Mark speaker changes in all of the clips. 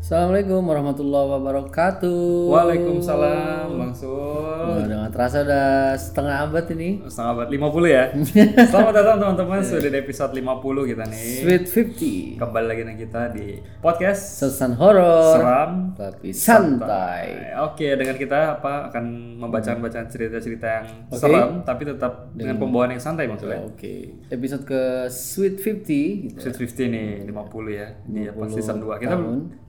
Speaker 1: Assalamualaikum warahmatullahi wabarakatuh.
Speaker 2: Waalaikumsalam Bang Sul.
Speaker 1: Wah, udah nggak terasa udah setengah abad ini.
Speaker 2: Setengah abad 50 ya. Selamat datang teman-teman sudah di episode 50 kita nih.
Speaker 1: Sweet 50.
Speaker 2: Kembali lagi dengan kita di podcast
Speaker 1: Sesan horor
Speaker 2: Seram.
Speaker 1: tapi santai.
Speaker 2: Oke, dengan kita apa akan membacakan bacaan cerita-cerita yang seram tapi tetap dengan pembawaan yang santai Bang Sul ya.
Speaker 1: Oke. Episode ke Sweet 50 gitu.
Speaker 2: Episode 50 nih, 50 ya. Ini apa season 2. Kita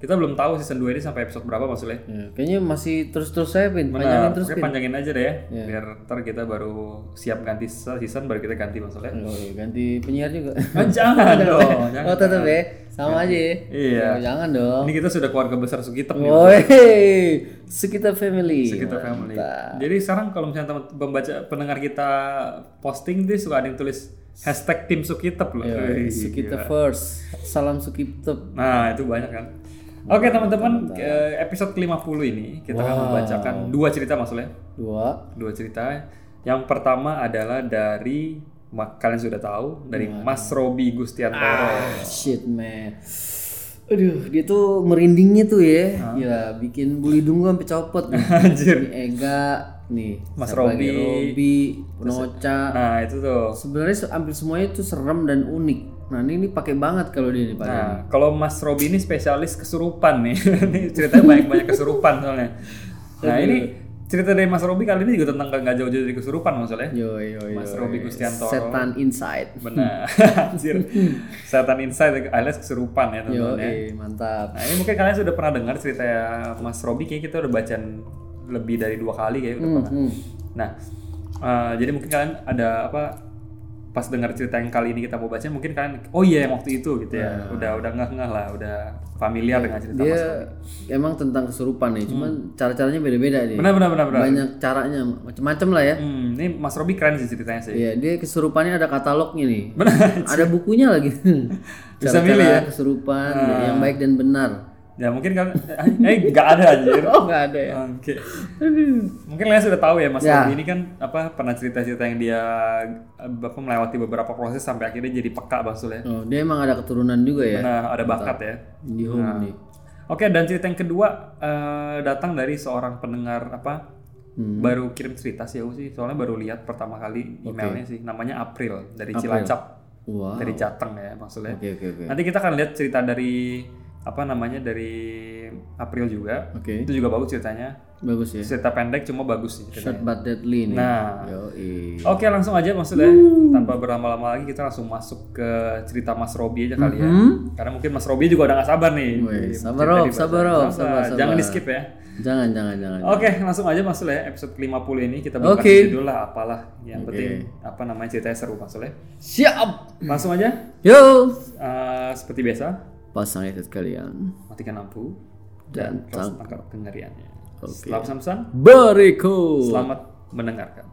Speaker 2: kita belum tahu season 2 ini sampai episode berapa Bang Sul ya.
Speaker 1: Ya, kayaknya masih terus-terus saya pin
Speaker 2: Nah,
Speaker 1: panjangin terus
Speaker 2: pokoknya
Speaker 1: pin. Iya.
Speaker 2: panjangin aja deh ya, biar ntar kita baru siap ganti season baru kita ganti Bang Sul ya.
Speaker 1: Oh, iya, ganti penyiar juga.
Speaker 2: Oh, jangan dong. Jangan.
Speaker 1: oh, tetap ya. Sama aja ya.
Speaker 2: Iya. gitu?
Speaker 1: Oh, jangan dong.
Speaker 2: Ini kita sudah keluarga besar Sugitem nih.
Speaker 1: Woi, sekitar family.
Speaker 2: Kita family. Jadi sekarang kalau misalnya teman pembaca pendengar kita posting deh suka ada yang tulis hashtag tim Sukitep loh. Wih. iya.
Speaker 1: Sukita first. Salam Sukitep.
Speaker 2: Nah itu banyak kan. Oke teman-teman ke- episode 50 ini kita akan membacakan dua cerita maksudnya.
Speaker 1: Dua.
Speaker 2: Dua cerita. Yang pertama adalah dari ma- kalian sudah tahu dari Mas Robi Gustiantoro.
Speaker 1: Shit man. Aduh, dia tuh merindingnya tuh ya. Gila, bikin bulu hidung gua sampai copot nih.
Speaker 2: Anjir.
Speaker 1: Ini Ega nih.
Speaker 2: Mas
Speaker 1: siapa lagi?
Speaker 2: Robi.
Speaker 1: Robi, Noca.
Speaker 2: Nah itu tuh.
Speaker 1: Sebenarnya se- hampir semuanya tuh serem dan unik. Nah, ini, ini pakai banget kalau dia nih Pak.
Speaker 2: Nah, kalau Mas Robi ini spesialis kesurupan nih. ini ceritanya banyak-banyak kesurupan soalnya. Nah, ini cerita dari Mas Robi kali ini juga tentang nggak jauh-jauh dari kesurupan maksudnya.
Speaker 1: Yo yo yo.
Speaker 2: Mas Robi Gustiantoro.
Speaker 1: Setan Inside.
Speaker 2: Benar. Anjir. Setan Inside alias kesurupan ya
Speaker 1: Hmm. Yo, eh,
Speaker 2: teman-teman. ya.
Speaker 1: mantap.
Speaker 2: Nah, ini mungkin kalian sudah pernah dengar cerita Mas Robi kayak kita udah bacaan lebih dari dua kali kayak udah pernah.
Speaker 1: Hmm.
Speaker 2: Nah, eh, jadi mungkin kalian ada apa pas dengar cerita yang kali ini kita mau baca mungkin kalian oh iya yang waktu itu gitu ya. Udah udah ngeh-ngeh lah, udah familiar dengan cerita Mas Robi.
Speaker 1: Nah. Iya, Dia emang tentang kesurupan nih, cuman cara-caranya beda-beda nih.
Speaker 2: Hmm. Benar benar benar benar.
Speaker 1: Banyak caranya, macam-macam lah ya.
Speaker 2: Hmm, ini Mas Robi keren sih ceritanya sih.
Speaker 1: Iya, dia kesurupannya ada katalognya nih.
Speaker 2: Benar.
Speaker 1: Ada bukunya lagi.
Speaker 2: Bisa
Speaker 1: Cara-cara
Speaker 2: milih ya?
Speaker 1: Kesurupan yang baik dan benar.
Speaker 2: Ya mungkin kan eh nggak ada anjir.
Speaker 1: Oh, nggak ada ya.
Speaker 2: Oke. Mungkin kalian sudah tahu ya Mas
Speaker 1: Ya.
Speaker 2: Robi ini kan apa pernah cerita-cerita yang dia eh, apa melewati beberapa proses sampai akhirnya jadi peka Bang Sul ya.
Speaker 1: Oh, dia emang ada keturunan juga ya
Speaker 2: Nah, ada bakat ya.
Speaker 1: di home nih.
Speaker 2: Oke, dan cerita yang kedua eh, datang dari seorang pendengar apa baru kirim cerita sih aku sih soalnya baru lihat pertama kali emailnya sih namanya April dari Cilacap
Speaker 1: Wah.
Speaker 2: dari Jateng ya maksudnya.
Speaker 1: Oke oke oke.
Speaker 2: Nanti kita akan lihat cerita dari apa namanya dari April juga.
Speaker 1: Oke,
Speaker 2: Itu juga bagus ceritanya.
Speaker 1: bagus ya.
Speaker 2: Cerita pendek cuma bagus sih ceritanya.
Speaker 1: Short but deadly nih.
Speaker 2: Nah,
Speaker 1: Yoi.
Speaker 2: oke langsung aja maksudnya tanpa berlama-lama lagi kita langsung masuk ke cerita Mas Robi aja kali ya. Karena mungkin Mas Robi juga udah nggak sabar nih.
Speaker 1: Mm-hmm. Woi,
Speaker 2: Jadi
Speaker 1: sabar,
Speaker 2: cerita
Speaker 1: Rob,
Speaker 2: dibaca.
Speaker 1: sabar, Rob, sabar, sabar.
Speaker 2: Jangan di skip ya.
Speaker 1: Jangan jangan jangan.
Speaker 2: Oke, langsung aja Mas Sule, episode 50 ini kita buka
Speaker 1: Oke.
Speaker 2: judul lah apalah. Yang penting apa namanya ceritanya seru Mas Sule.
Speaker 1: Siap.
Speaker 2: Langsung aja
Speaker 1: Yo.
Speaker 2: eh, seperti biasa
Speaker 1: Pasang headset kalian.
Speaker 2: matikan lampu.
Speaker 1: Dan
Speaker 2: Terus tangkap kengeriannya. Selamat samsang,
Speaker 1: berikut.
Speaker 2: selamat mendengarkan.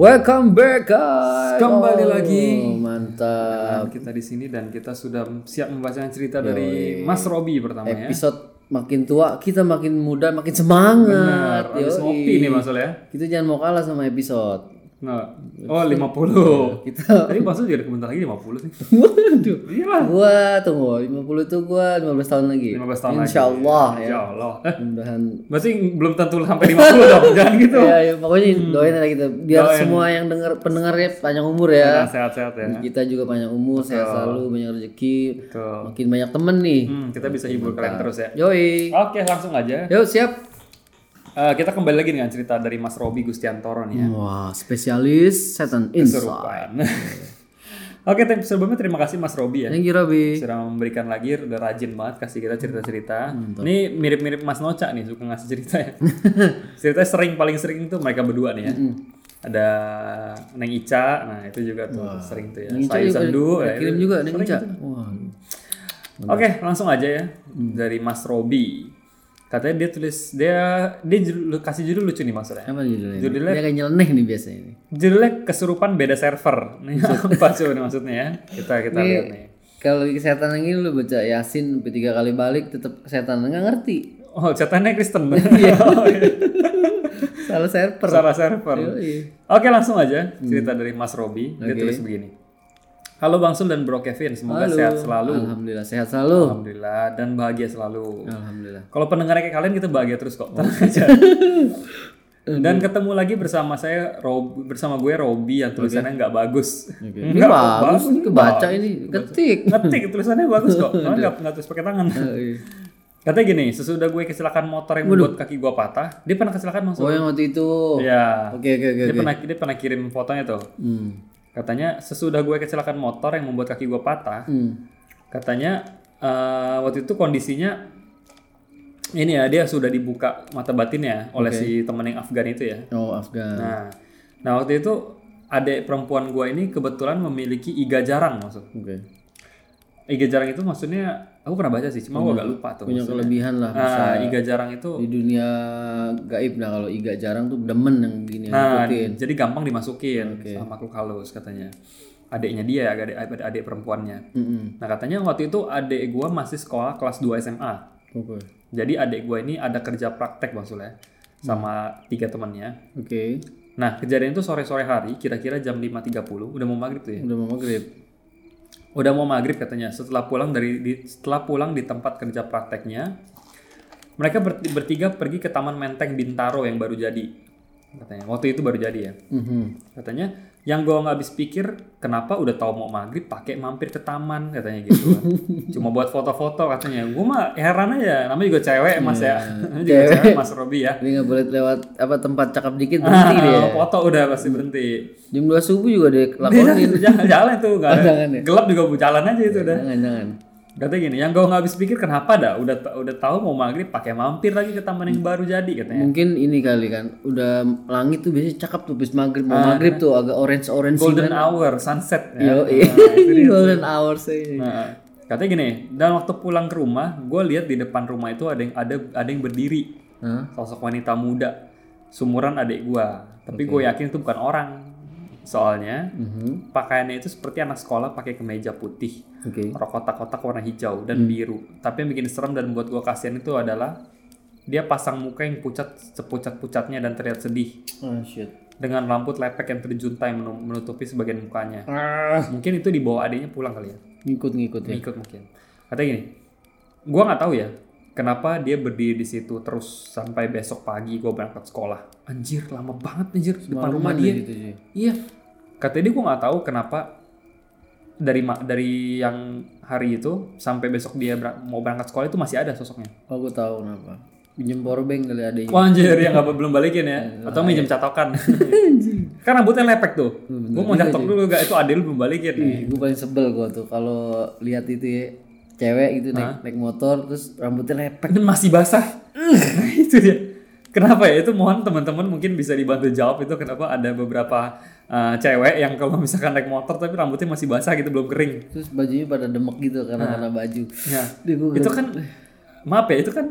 Speaker 1: Welcome back guys.
Speaker 2: Kembali lagi.
Speaker 1: Oh, mantap.
Speaker 2: Dan kita di sini dan kita sudah siap membaca cerita dari Mas Robi pertama ya.
Speaker 1: Episode makin tua kita makin muda makin semangat.
Speaker 2: Benar, habis
Speaker 1: Yoi.
Speaker 2: ngopi nih Mas Sul ya.
Speaker 1: Kita jangan mau kalah sama episode.
Speaker 2: Nah, oh 50.
Speaker 1: Kita-
Speaker 2: Tadi Mas Sul juga ada komentar lagi 50 sih.
Speaker 1: Waduh.
Speaker 2: Iyalah.
Speaker 1: Gua tunggu 50 itu gua 15 tahun lagi.
Speaker 2: 15 tahun lagi.
Speaker 1: Insyaallah ya.
Speaker 2: Ya Allah. Eh,
Speaker 1: Mudahan
Speaker 2: Berarti belum tentu sampai 50 dong. Jangan gitu.
Speaker 1: Ya, ya, pokoknya doain aja kita biar semua yang dengar pendengarnya panjang umur ya.
Speaker 2: Nah, sehat-sehat ya.
Speaker 1: Kita juga panjang umur, sehat selalu, banyak rezeki,
Speaker 2: Betul.
Speaker 1: makin banyak temen nih.
Speaker 2: Hmm, kita bisa hibur kalian terus ya.
Speaker 1: Yoi.
Speaker 2: Oke, langsung aja.
Speaker 1: Yuk, siap.
Speaker 2: Eh, kita kembali lagi dengan cerita dari Mas Robi Gustiantoro nih ya.
Speaker 1: Wah, spesialis setan inside.
Speaker 2: Kesurupan. Oke, tem- sebelumnya terima kasih Mas Robi ya.
Speaker 1: Thank you Robby.
Speaker 2: Sudah memberikan lagi, udah rajin banget kasih kita cerita-cerita. Ini mirip-mirip Mas Noca nih, suka ngasih cerita ya. Ceritanya sering, paling sering tuh mereka berdua nih ya. Ada Neng Ica, nah itu juga tuh sering tuh ya. Sayu Sendu. ya,
Speaker 1: Kirim
Speaker 2: itu.
Speaker 1: juga nih Ica. Wah.
Speaker 2: Oke, langsung aja ya. Dari Mas Robi. Katanya dia tulis dia dia judul- kasih judul lucu nih maksudnya.
Speaker 1: Apa judulnya?
Speaker 2: Judulnya-
Speaker 1: Dia kayak nyeleneh nih biasanya. ini.
Speaker 2: Judulnya kesurupan beda server. Nih apa coba nih maksudnya ya? Kita kita
Speaker 1: Ini-
Speaker 2: lihat nih.
Speaker 1: Kalau lagi kesehatan lagi lu baca Yasin sampai tiga kali balik tetap kesehatan nggak ngerti.
Speaker 2: Oh, catatannya Kristen. Iya.
Speaker 1: Salah server.
Speaker 2: Salah server.
Speaker 1: Yoi.
Speaker 2: Oke langsung aja cerita dari Mas Robi. Dia
Speaker 1: Iya. Hmm. Oke.
Speaker 2: tulis begini. Halo Bang Sul dan Bro Kevin, semoga sehat selalu.
Speaker 1: Alhamdulillah sehat selalu.
Speaker 2: Alhamdulillah dan bahagia selalu.
Speaker 1: Alhamdulillah.
Speaker 2: Kalau pendengar kayak kalian kita bahagia terus kok. Tenang
Speaker 1: Oh.
Speaker 2: aja. Dan ketemu lagi bersama saya Rob bersama gue Robi yang tulisannya nggak bagus.
Speaker 1: Ini bagus, ini kebaca ini, ketik.
Speaker 2: Ngetik tulisannya bagus kok. Karena nggak nggak tulis pakai tangan.
Speaker 1: Oh, iya.
Speaker 2: Katanya gini, sesudah gue kecelakaan motor yang membuat kaki gue patah, dia pernah kecelakaan langsung.
Speaker 1: Oh yang waktu itu.
Speaker 2: Ya.
Speaker 1: Oke oke oke.
Speaker 2: Dia
Speaker 1: oke.
Speaker 2: pernah dia pernah kirim fotonya tuh.
Speaker 1: Hmm.
Speaker 2: Katanya sesudah gue kecelakaan motor yang membuat kaki gue patah,
Speaker 1: Hmm.
Speaker 2: katanya eh, waktu itu kondisinya ini ya dia sudah dibuka mata batinnya oleh si temen yang Afgan itu ya.
Speaker 1: Oh Afgan.
Speaker 2: Nah, nah waktu itu adik perempuan gua ini kebetulan memiliki iga jarang maksud.
Speaker 1: Oke.
Speaker 2: Iga jarang itu maksudnya aku pernah baca sih, cuma gua agak lupa tuh.
Speaker 1: Oh, Punya
Speaker 2: maksudnya.
Speaker 1: kelebihan lah bisa
Speaker 2: Nah, iga jarang itu
Speaker 1: di dunia gaib nah kalau Iga jarang tuh demen yang gini yang
Speaker 2: nah,
Speaker 1: Iya, ngikutin.
Speaker 2: jadi gampang dimasukin sama makhluk halus katanya. Adiknya dia ya, adik adik, adik perempuannya.
Speaker 1: Mm-mm.
Speaker 2: Nah, katanya waktu itu adik gua masih sekolah kelas 2 SMA.
Speaker 1: Oke.
Speaker 2: Jadi adik gue ini ada kerja praktek Bang Sule sama tiga temannya.
Speaker 1: Oke.
Speaker 2: Nah, kejadian itu sore-sore hari, kira-kira jam 5.30, udah mau maghrib tuh ya.
Speaker 1: Udah mau maghrib.
Speaker 2: Udah mau maghrib katanya. Setelah pulang dari di, setelah pulang di tempat kerja prakteknya, mereka ber- bertiga pergi ke Taman Menteng Bintaro yang baru jadi. Katanya, waktu itu baru jadi ya.
Speaker 1: Mhm.
Speaker 2: Katanya, yang gue nggak habis pikir, kenapa udah tahu mau maghrib pakai mampir ke taman, katanya gitu. kan. Cuma buat foto-foto katanya. Gue mah heran aja, namanya juga cewek mas ya. Namanya juga
Speaker 1: Iya. Cewek.
Speaker 2: cewek mas Robi ya.
Speaker 1: Jadi nggak boleh lewat apa tempat cakap dikit berhenti
Speaker 2: Ah,
Speaker 1: dia.
Speaker 2: Foto udah pasti berhenti.
Speaker 1: Jam 2 subuh juga dia lakonin.
Speaker 2: Jalan, jalan, jalan tuh nggak ada.
Speaker 1: Jangan Iya. ya. Iya.
Speaker 2: Gelap juga bu, jalan aja itu udah.
Speaker 1: jangan jangan.
Speaker 2: Katanya gini, yang gue nggak habis pikir kenapa dah udah ta- udah tahu mau maghrib pakai mampir lagi ke
Speaker 1: Hmm.
Speaker 2: taman yang baru jadi katanya.
Speaker 1: Mungkin ini kali kan udah langit tuh biasanya cakep tuh bis maghrib mau maghrib tuh agak orange orange
Speaker 2: Ah. Golden hour, sunset. ya.
Speaker 1: Yo, iya.
Speaker 2: Nah, itu dia.
Speaker 1: golden hour sih.
Speaker 2: Nah, katanya gini, dan waktu pulang ke rumah, gue lihat di depan rumah itu ada yang ada ada yang berdiri,
Speaker 1: Hah?
Speaker 2: sosok wanita muda, sumuran adik gue. Tapi gue yakin itu bukan orang, soalnya
Speaker 1: Mhm.
Speaker 2: pakaiannya itu seperti anak sekolah pakai kemeja putih.
Speaker 1: Oke.
Speaker 2: rok kotak-kotak warna hijau dan biru. Tapi yang bikin serem dan buat gua kasihan itu adalah dia pasang muka yang pucat sepucat-pucatnya dan terlihat sedih
Speaker 1: Oh shit.
Speaker 2: dengan rambut lepek yang terjuntai menu- menutupi sebagian mukanya.
Speaker 1: Ah,
Speaker 2: Mungkin itu dibawa adiknya pulang kali ya.
Speaker 1: ngikut-ngikut ya.
Speaker 2: Ikut mungkin. Katanya gini, gua nggak tahu ya kenapa dia berdiri di situ terus sampai besok pagi gua berangkat sekolah. Anjir, lama banget anjir depan rumah dia.
Speaker 1: Gitu sih.
Speaker 2: Iya. Katanya dia gue nggak tahu kenapa dari ma- dari yang hari itu sampai besok dia berang- mau berangkat sekolah itu masih ada sosoknya.
Speaker 1: Oh, gue tahu kenapa. Pinjem powerbank kali adanya.
Speaker 2: Wah anjir yang nggak belum balikin ya atau minjem catokan. kan rambutnya lepek tuh. Gue mau catok dulu gak itu adil belum balikin.
Speaker 1: Gue paling sebel gue tuh kalau lihat itu ya cewek gitu naik, naik motor terus rambutnya lepek.
Speaker 2: Dan masih basah. Nah, itu dia. Kenapa ya? Itu mohon teman-teman mungkin bisa dibantu jawab itu kenapa ada beberapa uh, cewek yang kalau misalkan naik motor tapi rambutnya masih basah gitu belum kering.
Speaker 1: Terus bajunya pada demek gitu karena karena baju.
Speaker 2: Ya.
Speaker 1: Duh, gua
Speaker 2: itu kan maaf ya itu kan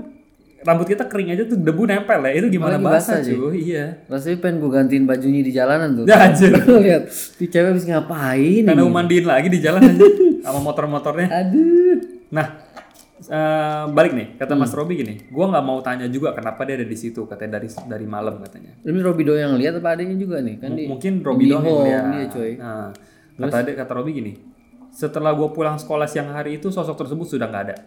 Speaker 2: rambut kita kering aja tuh debu nempel ya itu gimana
Speaker 1: Apalagi
Speaker 2: basah
Speaker 1: basah, cuy.
Speaker 2: cuy iya
Speaker 1: rasanya pengen gue gantiin bajunya di jalanan tuh.
Speaker 2: ya anjir
Speaker 1: Lu lihat di cewek habis ngapain?
Speaker 2: karena
Speaker 1: ini?
Speaker 2: mau mandiin lagi di jalan aja sama motor-motornya
Speaker 1: Aduh.
Speaker 2: nah eh, balik nih kata Mas
Speaker 1: Hmm.
Speaker 2: Robi gini gua nggak mau tanya juga kenapa dia ada di situ katanya dari dari malam katanya
Speaker 1: Ini Robi doang yang lihat apa adanya juga nih kan di
Speaker 2: mungkin Robi doang yang
Speaker 1: home
Speaker 2: lihat.
Speaker 1: dia, coy.
Speaker 2: Nah, kata dia- kata Robi gini setelah gua pulang sekolah siang hari itu sosok tersebut sudah nggak ada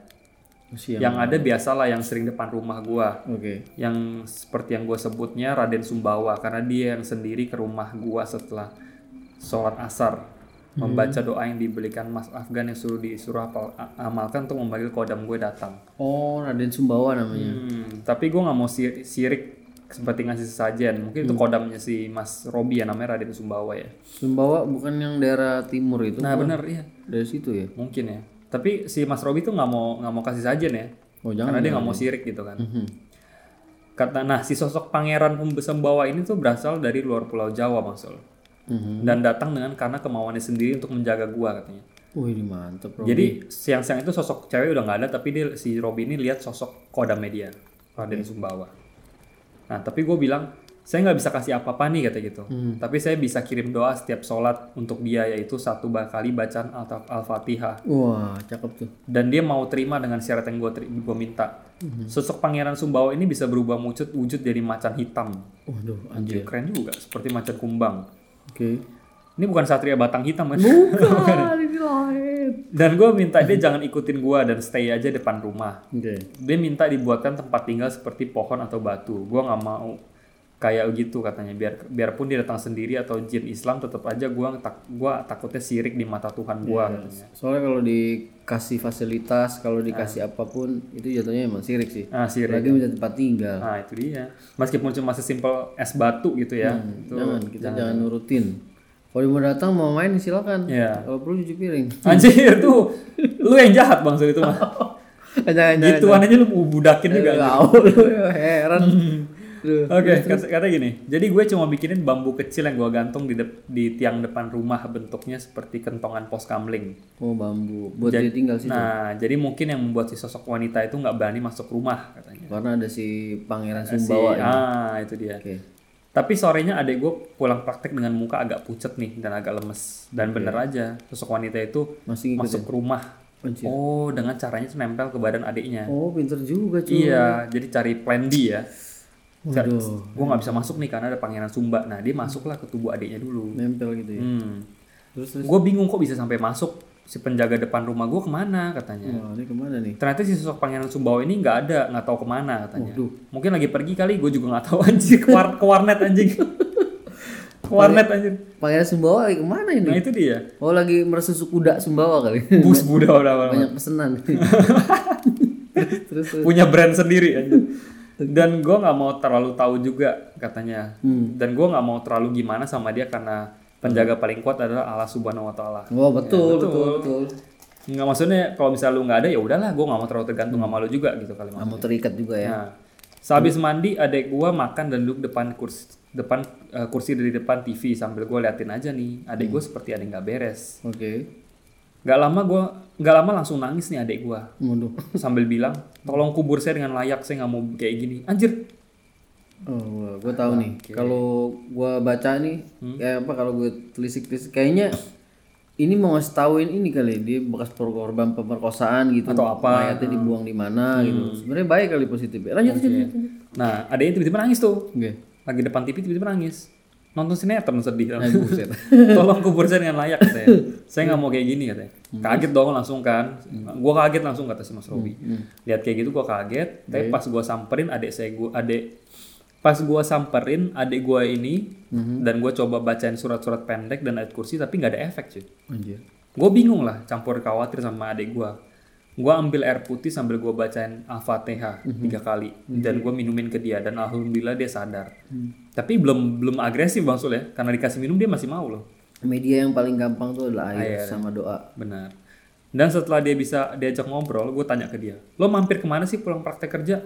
Speaker 1: siang.
Speaker 2: yang ada biasalah yang sering depan rumah gua
Speaker 1: Oke.
Speaker 2: yang seperti yang gue sebutnya Raden Sumbawa karena dia yang sendiri ke rumah gua setelah sholat asar membaca doa yang dibelikan Mas Afgan yang suruh disuruh apal- a- amalkan untuk memanggil kodam gue datang.
Speaker 1: Oh, Raden Sumbawa namanya.
Speaker 2: Hmm, tapi gue nggak mau sir- sirik seperti ngasih sesajen mungkin itu kodamnya si Mas Robi ya namanya Raden Sumbawa ya.
Speaker 1: Sumbawa bukan yang daerah timur itu.
Speaker 2: Nah bener iya
Speaker 1: Dari situ ya.
Speaker 2: mungkin ya. Tapi si Mas Robi tuh nggak mau nggak mau kasih sajen ya
Speaker 1: Oh, jangan. Mhm.
Speaker 2: karena dia nggak mau sirik gitu kan. Kata nah si sosok pangeran pembawa ini tuh berasal dari luar Pulau Jawa maksud
Speaker 1: Mhm.
Speaker 2: dan datang dengan karena kemauannya sendiri untuk menjaga gua katanya.
Speaker 1: Wih, ini mantep, Robi.
Speaker 2: Jadi siang-siang itu sosok cewek udah nggak ada tapi dia si Robi ini lihat sosok kodamnya dia.
Speaker 1: Hmm.
Speaker 2: Raden Sumbawa. Nah, tapi gue bilang, saya nggak bisa kasih apa-apa nih kata gitu.
Speaker 1: Hmm.
Speaker 2: Tapi saya bisa kirim doa setiap sholat untuk dia yaitu satu ba- kali bacaan Al- Al-Fatihah
Speaker 1: Wah, cakep tuh.
Speaker 2: dan dia mau terima dengan syarat yang gue minta. Sosok Pangeran Sumbawa ini bisa berubah wujud wujud jadi macan hitam.
Speaker 1: Waduh, anjir.
Speaker 2: Anjir, keren juga, seperti macan kumbang.
Speaker 1: Oke.
Speaker 2: Ini bukan satria batang hitam kan?
Speaker 1: Bukan, ini lain.
Speaker 2: dan gue minta dia jangan ikutin gue dan stay aja depan rumah.
Speaker 1: Oke.
Speaker 2: Dia minta dibuatkan tempat tinggal seperti pohon atau batu. Gue nggak mau kayak gitu katanya. Biar biarpun dia datang sendiri atau jin Islam, tetap aja gue tak gua takutnya sirik di mata Tuhan gue. katanya.
Speaker 1: Soalnya kalau dikasih fasilitas, kalau dikasih apapun, itu jatuhnya emang sirik sih.
Speaker 2: Ah sirik.
Speaker 1: Lagi minta tempat tinggal.
Speaker 2: Nah itu dia. Meskipun cuma sesimpel es batu gitu ya. Itu-
Speaker 1: jangan, kita jangan, nurutin. Kalau mau datang mau main silakan.
Speaker 2: Iya.
Speaker 1: Kalau perlu cuci piring.
Speaker 2: Hmm. Anjir tuh, lu yang jahat bang itu mah.
Speaker 1: Oh, jangan jangan.
Speaker 2: Gituan aja lu budakin juga.
Speaker 1: Gitu Tahu lu heran. Duh.
Speaker 2: Oke, kata, kata gini. Jadi gue cuma bikinin bambu kecil yang gue gantung di, dep- di tiang depan rumah bentuknya seperti kentongan pos kamling.
Speaker 1: Oh bambu, buat dia tinggal sih.
Speaker 2: Nah, jadi mungkin yang membuat si sosok wanita itu nggak berani masuk rumah katanya.
Speaker 1: Karena ada si Pangeran
Speaker 2: Si,
Speaker 1: Sumbawa. ya.
Speaker 2: ah, itu dia.
Speaker 1: Oke.
Speaker 2: Tapi sorenya adik gue pulang praktek dengan muka agak pucet nih dan agak lemes. Dan bener aja, sosok wanita itu
Speaker 1: Masih ngikut.
Speaker 2: masuk rumah.
Speaker 1: Gitu. Anjir.
Speaker 2: Oh, dengan caranya tuh nempel ke badan adiknya.
Speaker 1: Oh, pinter juga cuy.
Speaker 2: Iya, jadi cari plan B ya.
Speaker 1: Waduh,
Speaker 2: Gue nggak bisa masuk nih karena ada pangeran Sumba. Nah, dia masuklah ke tubuh adiknya dulu.
Speaker 1: nempel gitu ya.
Speaker 2: Hmm.
Speaker 1: Terus terus.
Speaker 2: Gue bingung kok bisa sampai masuk. Si penjaga depan rumah gue kemana katanya.
Speaker 1: Wah, ini kemana nih?
Speaker 2: Ternyata si sosok pangeran Sumbawa ini nggak ada, nggak tahu kemana katanya.
Speaker 1: Waduh.
Speaker 2: Mungkin lagi pergi kali, gue juga nggak tahu anjir. Ke, war- ke warnet anjing. ke warnet anjir.
Speaker 1: Pangeran Sumbawa lagi kemana ini?
Speaker 2: Nah itu dia.
Speaker 1: Oh, lagi meresusuk kuda Sumbawa kali.
Speaker 2: Bus Buddha udah
Speaker 1: Banyak pesenan. terus terus.
Speaker 2: punya brand sendiri aja. dan gue nggak mau terlalu tahu juga katanya dan gue nggak mau terlalu gimana sama dia karena penjaga paling kuat adalah Allah Subhanahu Wa Taala
Speaker 1: Wah, betul, Ya, betul, betul.
Speaker 2: nggak maksudnya kalau misalnya lu nggak ada ya udahlah gue nggak mau terlalu tergantung sama lu juga gitu kali
Speaker 1: Kamu terikat juga ya.
Speaker 2: Nah, sehabis mandi adek gua makan dan duduk depan kursi depan eh, kursi dari depan TV sambil gua liatin aja nih adek gua seperti ada yang nggak beres
Speaker 1: Oke.
Speaker 2: nggak lama gua nggak lama langsung nangis nih adek gua
Speaker 1: Waduh.
Speaker 2: sambil bilang tolong kubur saya dengan layak saya nggak mau kayak gini anjir
Speaker 1: Oh, gue tahu nih. Kalau gua baca nih, kayak apa kalau gue telisik-telisik kayaknya ini mau ngasih tauin ini kali dia bekas per- korban pemerkosaan gitu
Speaker 2: Atau apa.
Speaker 1: mayatnya dibuang di mana gitu sebenarnya baik kali positif ya lanjut lanjut, lanjut lanjut.
Speaker 2: nah adanya tiba-tiba nangis tuh
Speaker 1: oke
Speaker 2: lagi depan TV tiba-tiba nangis nonton sinetron sedih
Speaker 1: buset.
Speaker 2: tolong kubur saya dengan layak katanya saya nggak mau kayak gini katanya kaget dong langsung kan gua kaget langsung kata si Mas Robi lihat kayak gitu gua kaget tapi pas gua samperin adik saya gua adik pas gua samperin adik gua ini dan gua coba bacain surat-surat pendek dan ayat kursi tapi nggak ada efek cuy
Speaker 1: anjir
Speaker 2: gue bingung lah campur khawatir sama adik gue gue ambil air putih sambil gue bacain al-fatihah tiga kali dan gue minumin ke dia dan alhamdulillah dia sadar tapi belum belum agresif bang Sul ya karena dikasih minum dia masih mau loh
Speaker 1: media yang paling gampang tuh adalah air sama doa
Speaker 2: benar dan setelah dia bisa diajak ngobrol gue tanya ke dia lo mampir kemana sih pulang praktek kerja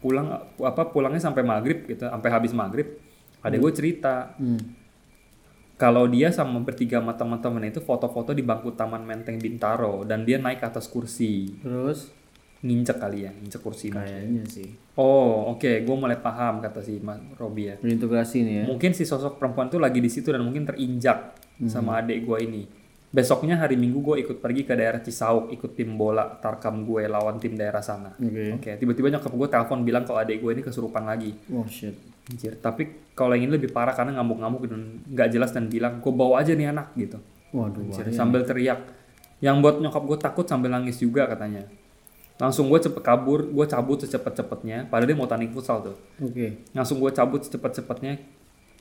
Speaker 2: pulang apa pulangnya sampai maghrib gitu sampai habis maghrib adik gue cerita
Speaker 1: Hmm.
Speaker 2: kalau dia sama bertiga sama teman-teman itu foto-foto di bangku taman menteng bintaro dan dia naik ke atas kursi
Speaker 1: terus
Speaker 2: nginjek kali ya nginjek kursi
Speaker 1: kayaknya sih
Speaker 2: oh oke gue mulai paham kata si mas Robi ya
Speaker 1: integrasi nih ya
Speaker 2: mungkin si sosok perempuan tuh lagi di situ dan mungkin terinjak sama adik gue ini besoknya hari minggu gue ikut pergi ke daerah Cisauk ikut tim bola tarkam gue lawan tim daerah sana
Speaker 1: oke
Speaker 2: oke tiba-tiba nyokap gue telepon bilang kalau adik gue ini kesurupan lagi
Speaker 1: oh shit
Speaker 2: Anjir, tapi kalau yang ini lebih parah karena ngamuk-ngamuk dan nggak jelas dan bilang, gue bawa aja nih anak gitu.
Speaker 1: waduh
Speaker 2: Anjir, sambil teriak. Yang buat nyokap gue takut sambil nangis juga katanya. Langsung gue cepet kabur, gue cabut secepat-cepatnya. Padahal dia mau tanding futsal tuh.
Speaker 1: oke
Speaker 2: Langsung gue cabut secepat-cepatnya.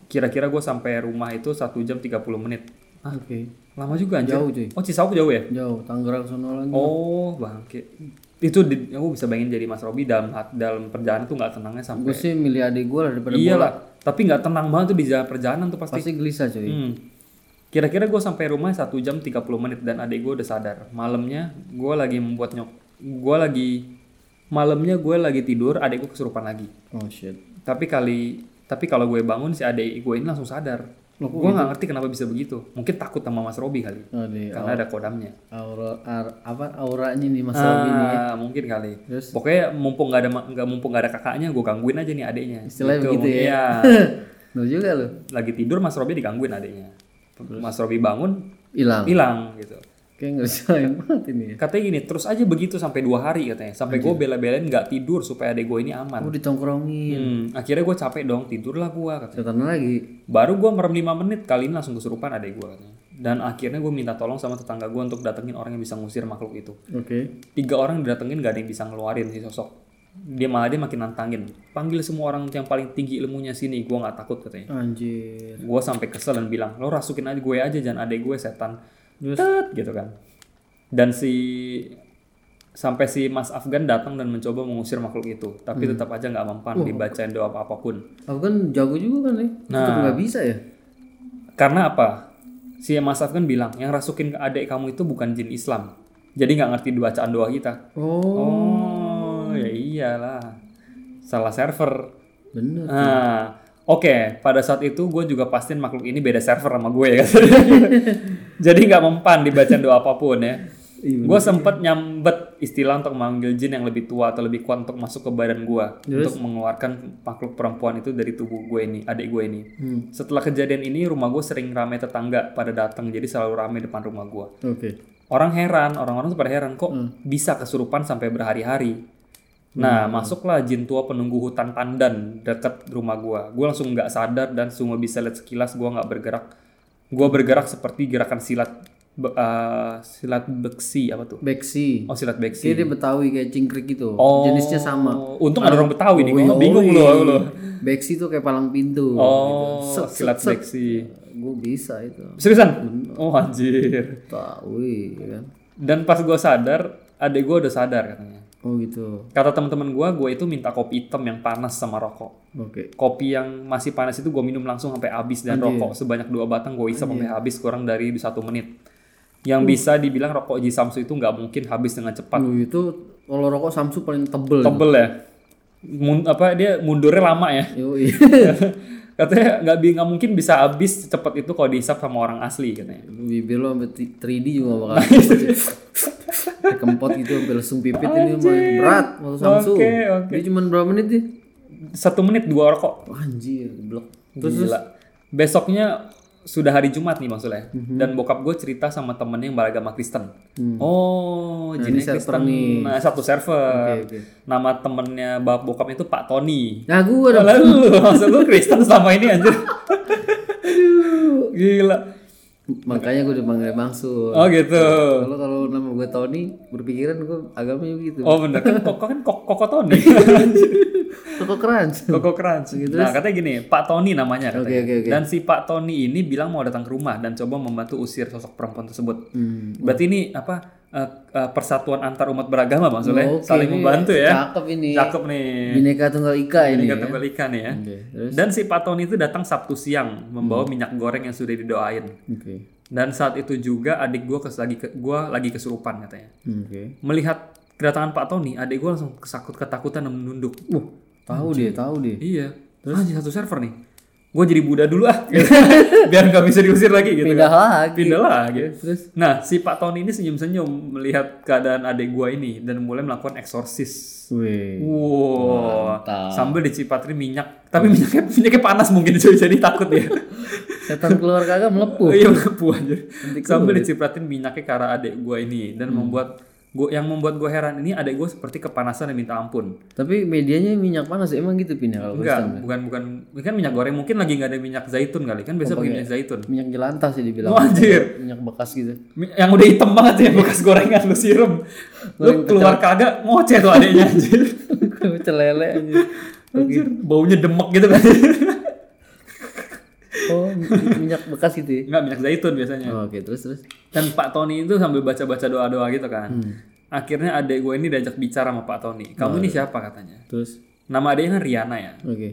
Speaker 2: Kira-kira gue sampai rumah itu 1 jam 30 menit.
Speaker 1: oke
Speaker 2: Lama juga anjir.
Speaker 1: Jauh, cuy.
Speaker 2: Oh Cisauk jauh ya?
Speaker 1: jauh Tangerang sono lagi
Speaker 2: Oh bangke. Itu di, aku bisa bayangin jadi Mas Robi dalam dalam perjalanan tuh nggak tenangnya sampai.
Speaker 1: gue sih milih adik gue lah daripada
Speaker 2: Iya lah. Tapi nggak tenang banget tuh di jalan perjalanan tuh pasti.
Speaker 1: pasti gelisah cuy
Speaker 2: Hmm. Kira-kira gue sampai rumah 1 jam 30 menit dan adik gue udah sadar. Malamnya gue lagi membuat nyok. Gue lagi malamnya gue lagi tidur, adik gue kesurupan lagi.
Speaker 1: oh shit
Speaker 2: Tapi kali tapi kalau gue bangun si adik gue ini langsung sadar.
Speaker 1: Loh, kok
Speaker 2: Gue nggak ngerti kenapa bisa begitu. Mungkin takut sama Mas Robi kali.
Speaker 1: Oh, di
Speaker 2: Karena ada kodamnya.
Speaker 1: aura ar- apa auranya nih Mas Robi nih.
Speaker 2: Ah, mungkin kali.
Speaker 1: Terus?
Speaker 2: Pokoknya mumpung nggak ada ma- nggak mumpung nggak ada kakaknya, gue gangguin aja nih adiknya.
Speaker 1: Istilahnya begitu ya.
Speaker 2: Iya.
Speaker 1: Bener juga loh.
Speaker 2: Lagi tidur Mas Robi digangguin adiknya. Mas Robi bangun
Speaker 1: Hilang.
Speaker 2: hilang gitu.
Speaker 1: Kayak nggak bisa yang mati nih.
Speaker 2: Katanya gini, terus aja begitu sampai dua hari katanya. Sampai gue bela-belain nggak tidur supaya adek gue ini aman.
Speaker 1: Aku ditongkrongin.
Speaker 2: Hmm, akhirnya gue capek dong, tidurlah gue katanya.
Speaker 1: Setan lagi.
Speaker 2: Baru gue merem 5 menit, kali ini langsung kesurupan adek gue katanya. Dan akhirnya gue minta tolong sama tetangga gue untuk datengin orang yang bisa ngusir makhluk itu.
Speaker 1: Oke.
Speaker 2: Tiga orang didatengin gak ada yang bisa ngeluarin si sosok. Dia malah dia makin nantangin. Panggil semua orang yang paling tinggi ilmunya sini, gue nggak takut katanya.
Speaker 1: Anjir.
Speaker 2: Gue sampai kesel dan bilang, lo rasukin aja gue aja, jangan adek gue setan. Tet, gitu kan. Dan si sampai si Mas Afgan datang dan mencoba mengusir makhluk itu, tapi tetap aja nggak mampan dibacain doa apa apapun.
Speaker 1: Aku kan jago juga kan nih.
Speaker 2: Nah.
Speaker 1: Tetap nggak bisa ya.
Speaker 2: Karena apa? Si Mas Afgan bilang, yang rasukin ke adik kamu itu bukan jin Islam. Jadi nggak ngerti bacaan doa kita.
Speaker 1: Oh,
Speaker 2: Oh, ya iyalah. Salah server.
Speaker 1: bener.
Speaker 2: Nah, oke. Pada saat itu gue juga pastiin makhluk ini beda server sama gue ya. Jadi nggak mempan dibacain doa apapun ya.
Speaker 1: Iya,
Speaker 2: Gue sempet nyambet istilah untuk manggil jin yang lebih tua atau lebih kuat untuk masuk ke badan gue untuk mengeluarkan makhluk perempuan itu dari tubuh gue ini, adik gue ini.
Speaker 1: Hmm.
Speaker 2: Setelah kejadian ini rumah gue sering rame tetangga pada datang, jadi selalu rame depan rumah gue.
Speaker 1: Oke.
Speaker 2: Orang heran, orang-orang tuh pada heran kok
Speaker 1: Hmm.
Speaker 2: bisa kesurupan sampai berhari-hari. Nah, masuklah jin tua penunggu hutan Pandan deket rumah gua. Gua langsung nggak sadar dan cuma bisa lihat sekilas gua nggak bergerak. Gua bergerak seperti gerakan silat be- eh, silat beksi apa tuh?
Speaker 1: Beksi.
Speaker 2: Oh, silat beksi.
Speaker 1: Kayak dia Betawi kayak cingkrik gitu.
Speaker 2: Oh,
Speaker 1: Jenisnya sama.
Speaker 2: Untung ada orang Betawi nih,
Speaker 1: Oi,
Speaker 2: gua bingung
Speaker 1: oi.
Speaker 2: loh lo.
Speaker 1: Beksi tuh kayak palang pintu.
Speaker 2: Oh, silat
Speaker 1: set.
Speaker 2: beksi.
Speaker 1: Gue bisa itu.
Speaker 2: Seriusan? Oh, anjir.
Speaker 1: Betawi kan.
Speaker 2: Dan pas gua sadar, adek gua udah sadar katanya.
Speaker 1: Oh gitu.
Speaker 2: Kata teman-teman gua, gua itu minta kopi hitam yang panas sama rokok.
Speaker 1: Oke.
Speaker 2: kopi yang masih panas itu gue minum langsung sampai habis dan rokok sebanyak dua batang gue isap sampai habis kurang dari satu menit. Yang bisa dibilang rokok Ji Samsu itu nggak mungkin habis dengan cepat.
Speaker 1: Lu itu kalau rokok Samsu paling tebel.
Speaker 2: Tebel ya. Mun- apa dia mundurnya lama ya.
Speaker 1: Yoi.
Speaker 2: Katanya nggak bi- nggak mungkin bisa habis cepat itu kalau dihisap sama orang asli katanya.
Speaker 1: Bibir lo sampai t- 3D juga bakal Kayak kempot gitu sampai lesung pipit ini mah berat waktu Samsu.
Speaker 2: Oke, oke.
Speaker 1: Dia cuma berapa menit sih?
Speaker 2: Satu menit dua rokok.
Speaker 1: Anjir, blok.
Speaker 2: Gila. Besoknya sudah hari Jumat nih maksudnya.
Speaker 1: Mhm.
Speaker 2: Dan bokap gue cerita sama temennya yang beragama Kristen.
Speaker 1: Hmm.
Speaker 2: Oh, jadi Kristen. Nah, satu
Speaker 1: Oke,
Speaker 2: server.
Speaker 1: oke.
Speaker 2: Nama temennya bap bokap itu Pak Tony.
Speaker 1: Nah, gua dong.
Speaker 2: Lalu lu, maksud lu Kristen selama ini anjir. Gila.
Speaker 1: Makanya gua dipanggil Bangsu.
Speaker 2: Oh gitu.
Speaker 1: Kalau kalau nama gue Tony, berpikiran gue agamanya begitu.
Speaker 2: Oh bener kan kok kan kok koko Tony.
Speaker 1: Kok keren.
Speaker 2: Koko Crunch. Nah, katanya gini, Pak Tony namanya
Speaker 1: gitu.
Speaker 2: katanya.
Speaker 1: oke, oke.
Speaker 2: Dan si Pak Tony ini bilang mau datang ke rumah dan coba membantu usir sosok perempuan tersebut.
Speaker 1: Hmm.
Speaker 2: Berarti ini apa eh, eh, persatuan antar umat beragama maksudnya
Speaker 1: Oke,
Speaker 2: saling
Speaker 1: ini
Speaker 2: membantu ya.
Speaker 1: Cakep ini.
Speaker 2: Cakep nih.
Speaker 1: Bineka Tunggal Ika ini.
Speaker 2: Ini kata balikan ya.
Speaker 1: Oke, terus. Hmm.
Speaker 2: Dan si Pak Tony itu datang Sabtu siang membawa minyak goreng yang sudah didoain.
Speaker 1: Oke.
Speaker 2: Dan saat itu juga adik gue lagi ke, gua lagi kesurupan katanya.
Speaker 1: Oke.
Speaker 2: Melihat kedatangan Pak Tony, adik gue langsung kesakut ketakutan dan menunduk.
Speaker 1: Uh, tahu dia, tahu dia.
Speaker 2: Iya. Terus Anjir, satu server nih. Gue jadi Buddha dulu ah. Gitu. Biar nggak bisa diusir lagi gitu.
Speaker 1: Pindah
Speaker 2: kan.
Speaker 1: lagi.
Speaker 2: Pindah lagi.
Speaker 1: Terus
Speaker 2: Nah, si Pak Tony ini senyum-senyum melihat keadaan adik gua ini dan mulai melakukan eksorsis.
Speaker 1: Wih.
Speaker 2: Wow,
Speaker 1: Mantap.
Speaker 2: sambil dicipratin minyak, tapi minyaknya, minyaknya panas mungkin jadi, jadi takut ya.
Speaker 1: Setan keluar kagak melepuh.
Speaker 2: Iya melepuh aja.
Speaker 1: ya.
Speaker 2: Sambil dicipratin minyaknya ke arah adik gua
Speaker 1: Hmm.
Speaker 2: ini dan membuat gua yang membuat gua heran ini adik gua seperti kepanasan dan minta ampun.
Speaker 1: Tapi medianya minyak panas ya? emang gitu pindah kalau
Speaker 2: Enggak,
Speaker 1: Kristen.
Speaker 2: bukan bukan bukan minyak goreng, mungkin lagi nggak ada minyak zaitun kali. Kan biasa
Speaker 1: ya?
Speaker 2: pakai minyak zaitun.
Speaker 1: Minyak jelantah sih dibilang.
Speaker 2: Oh, anjir.
Speaker 1: Minyak bekas gitu.
Speaker 2: Mi- Yang udah hitam banget ya bekas gorengan lu siram. Lu keluar kagak ngoceh tuh adeknya anjir.
Speaker 1: Celele anjir.
Speaker 2: Anjir, baunya demek gitu kan.
Speaker 1: Oh, mi- minyak bekas gitu ya.
Speaker 2: Enggak minyak zaitun biasanya.
Speaker 1: Oh, Oke, terus terus.
Speaker 2: Dan Pak Tony itu sambil baca-baca doa-doa gitu kan. Akhirnya adek gue ini diajak bicara sama Pak Tony. Kamu ini siapa katanya?
Speaker 1: Terus.
Speaker 2: Nama adeknya kan Riana ya.
Speaker 1: Oke.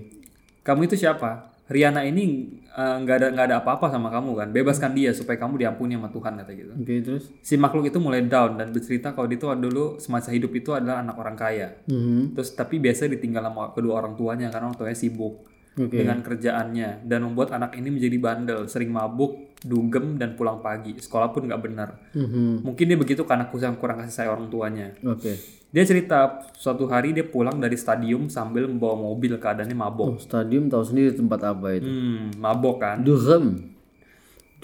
Speaker 2: Kamu itu siapa? Riana ini eh, nggak ada nggak ada apa-apa sama kamu kan. Bebaskan dia supaya kamu diampuni sama Tuhan kata gitu.
Speaker 1: Oke, terus.
Speaker 2: si makhluk itu mulai down dan bercerita kalau dia tuh dulu semasa hidup itu adalah anak orang kaya.
Speaker 1: Mhm.
Speaker 2: Terus tapi biasanya ditinggal sama kedua orang tuanya karena orang tuanya sibuk.
Speaker 1: Oke.
Speaker 2: dengan kerjaannya dan membuat anak ini menjadi bandel, sering mabuk, dugem dan pulang pagi. Sekolah pun nggak benar.
Speaker 1: Mhm.
Speaker 2: Mungkin dia begitu karena kurang kurang kasih sayang orang tuanya.
Speaker 1: Oke.
Speaker 2: Dia cerita suatu hari dia pulang dari stadium sambil membawa mobil keadaannya
Speaker 1: Oh,
Speaker 2: mabok.
Speaker 1: stadium tahu sendiri tempat apa itu.
Speaker 2: Hmm, mabok kan.
Speaker 1: Durham.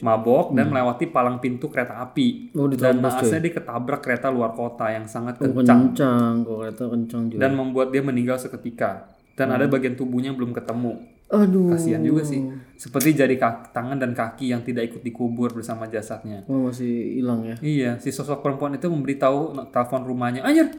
Speaker 2: Mabok dan melewati palang pintu kereta api.
Speaker 1: Oh,
Speaker 2: dan
Speaker 1: diterobos
Speaker 2: naasnya dia ketabrak kereta luar kota yang sangat
Speaker 1: Oh,
Speaker 2: kencang
Speaker 1: kencang, kok kereta kencang juga.
Speaker 2: dan membuat dia meninggal seketika. Dan ada bagian tubuhnya yang belum ketemu.
Speaker 1: Aduh.
Speaker 2: Kasihan juga sih. Seperti jari kaki, tangan dan kaki yang tidak ikut dikubur bersama jasadnya.
Speaker 1: Oh, masih hilang ya.
Speaker 2: Iya, si sosok perempuan itu memberitahu telepon rumahnya. Anjir,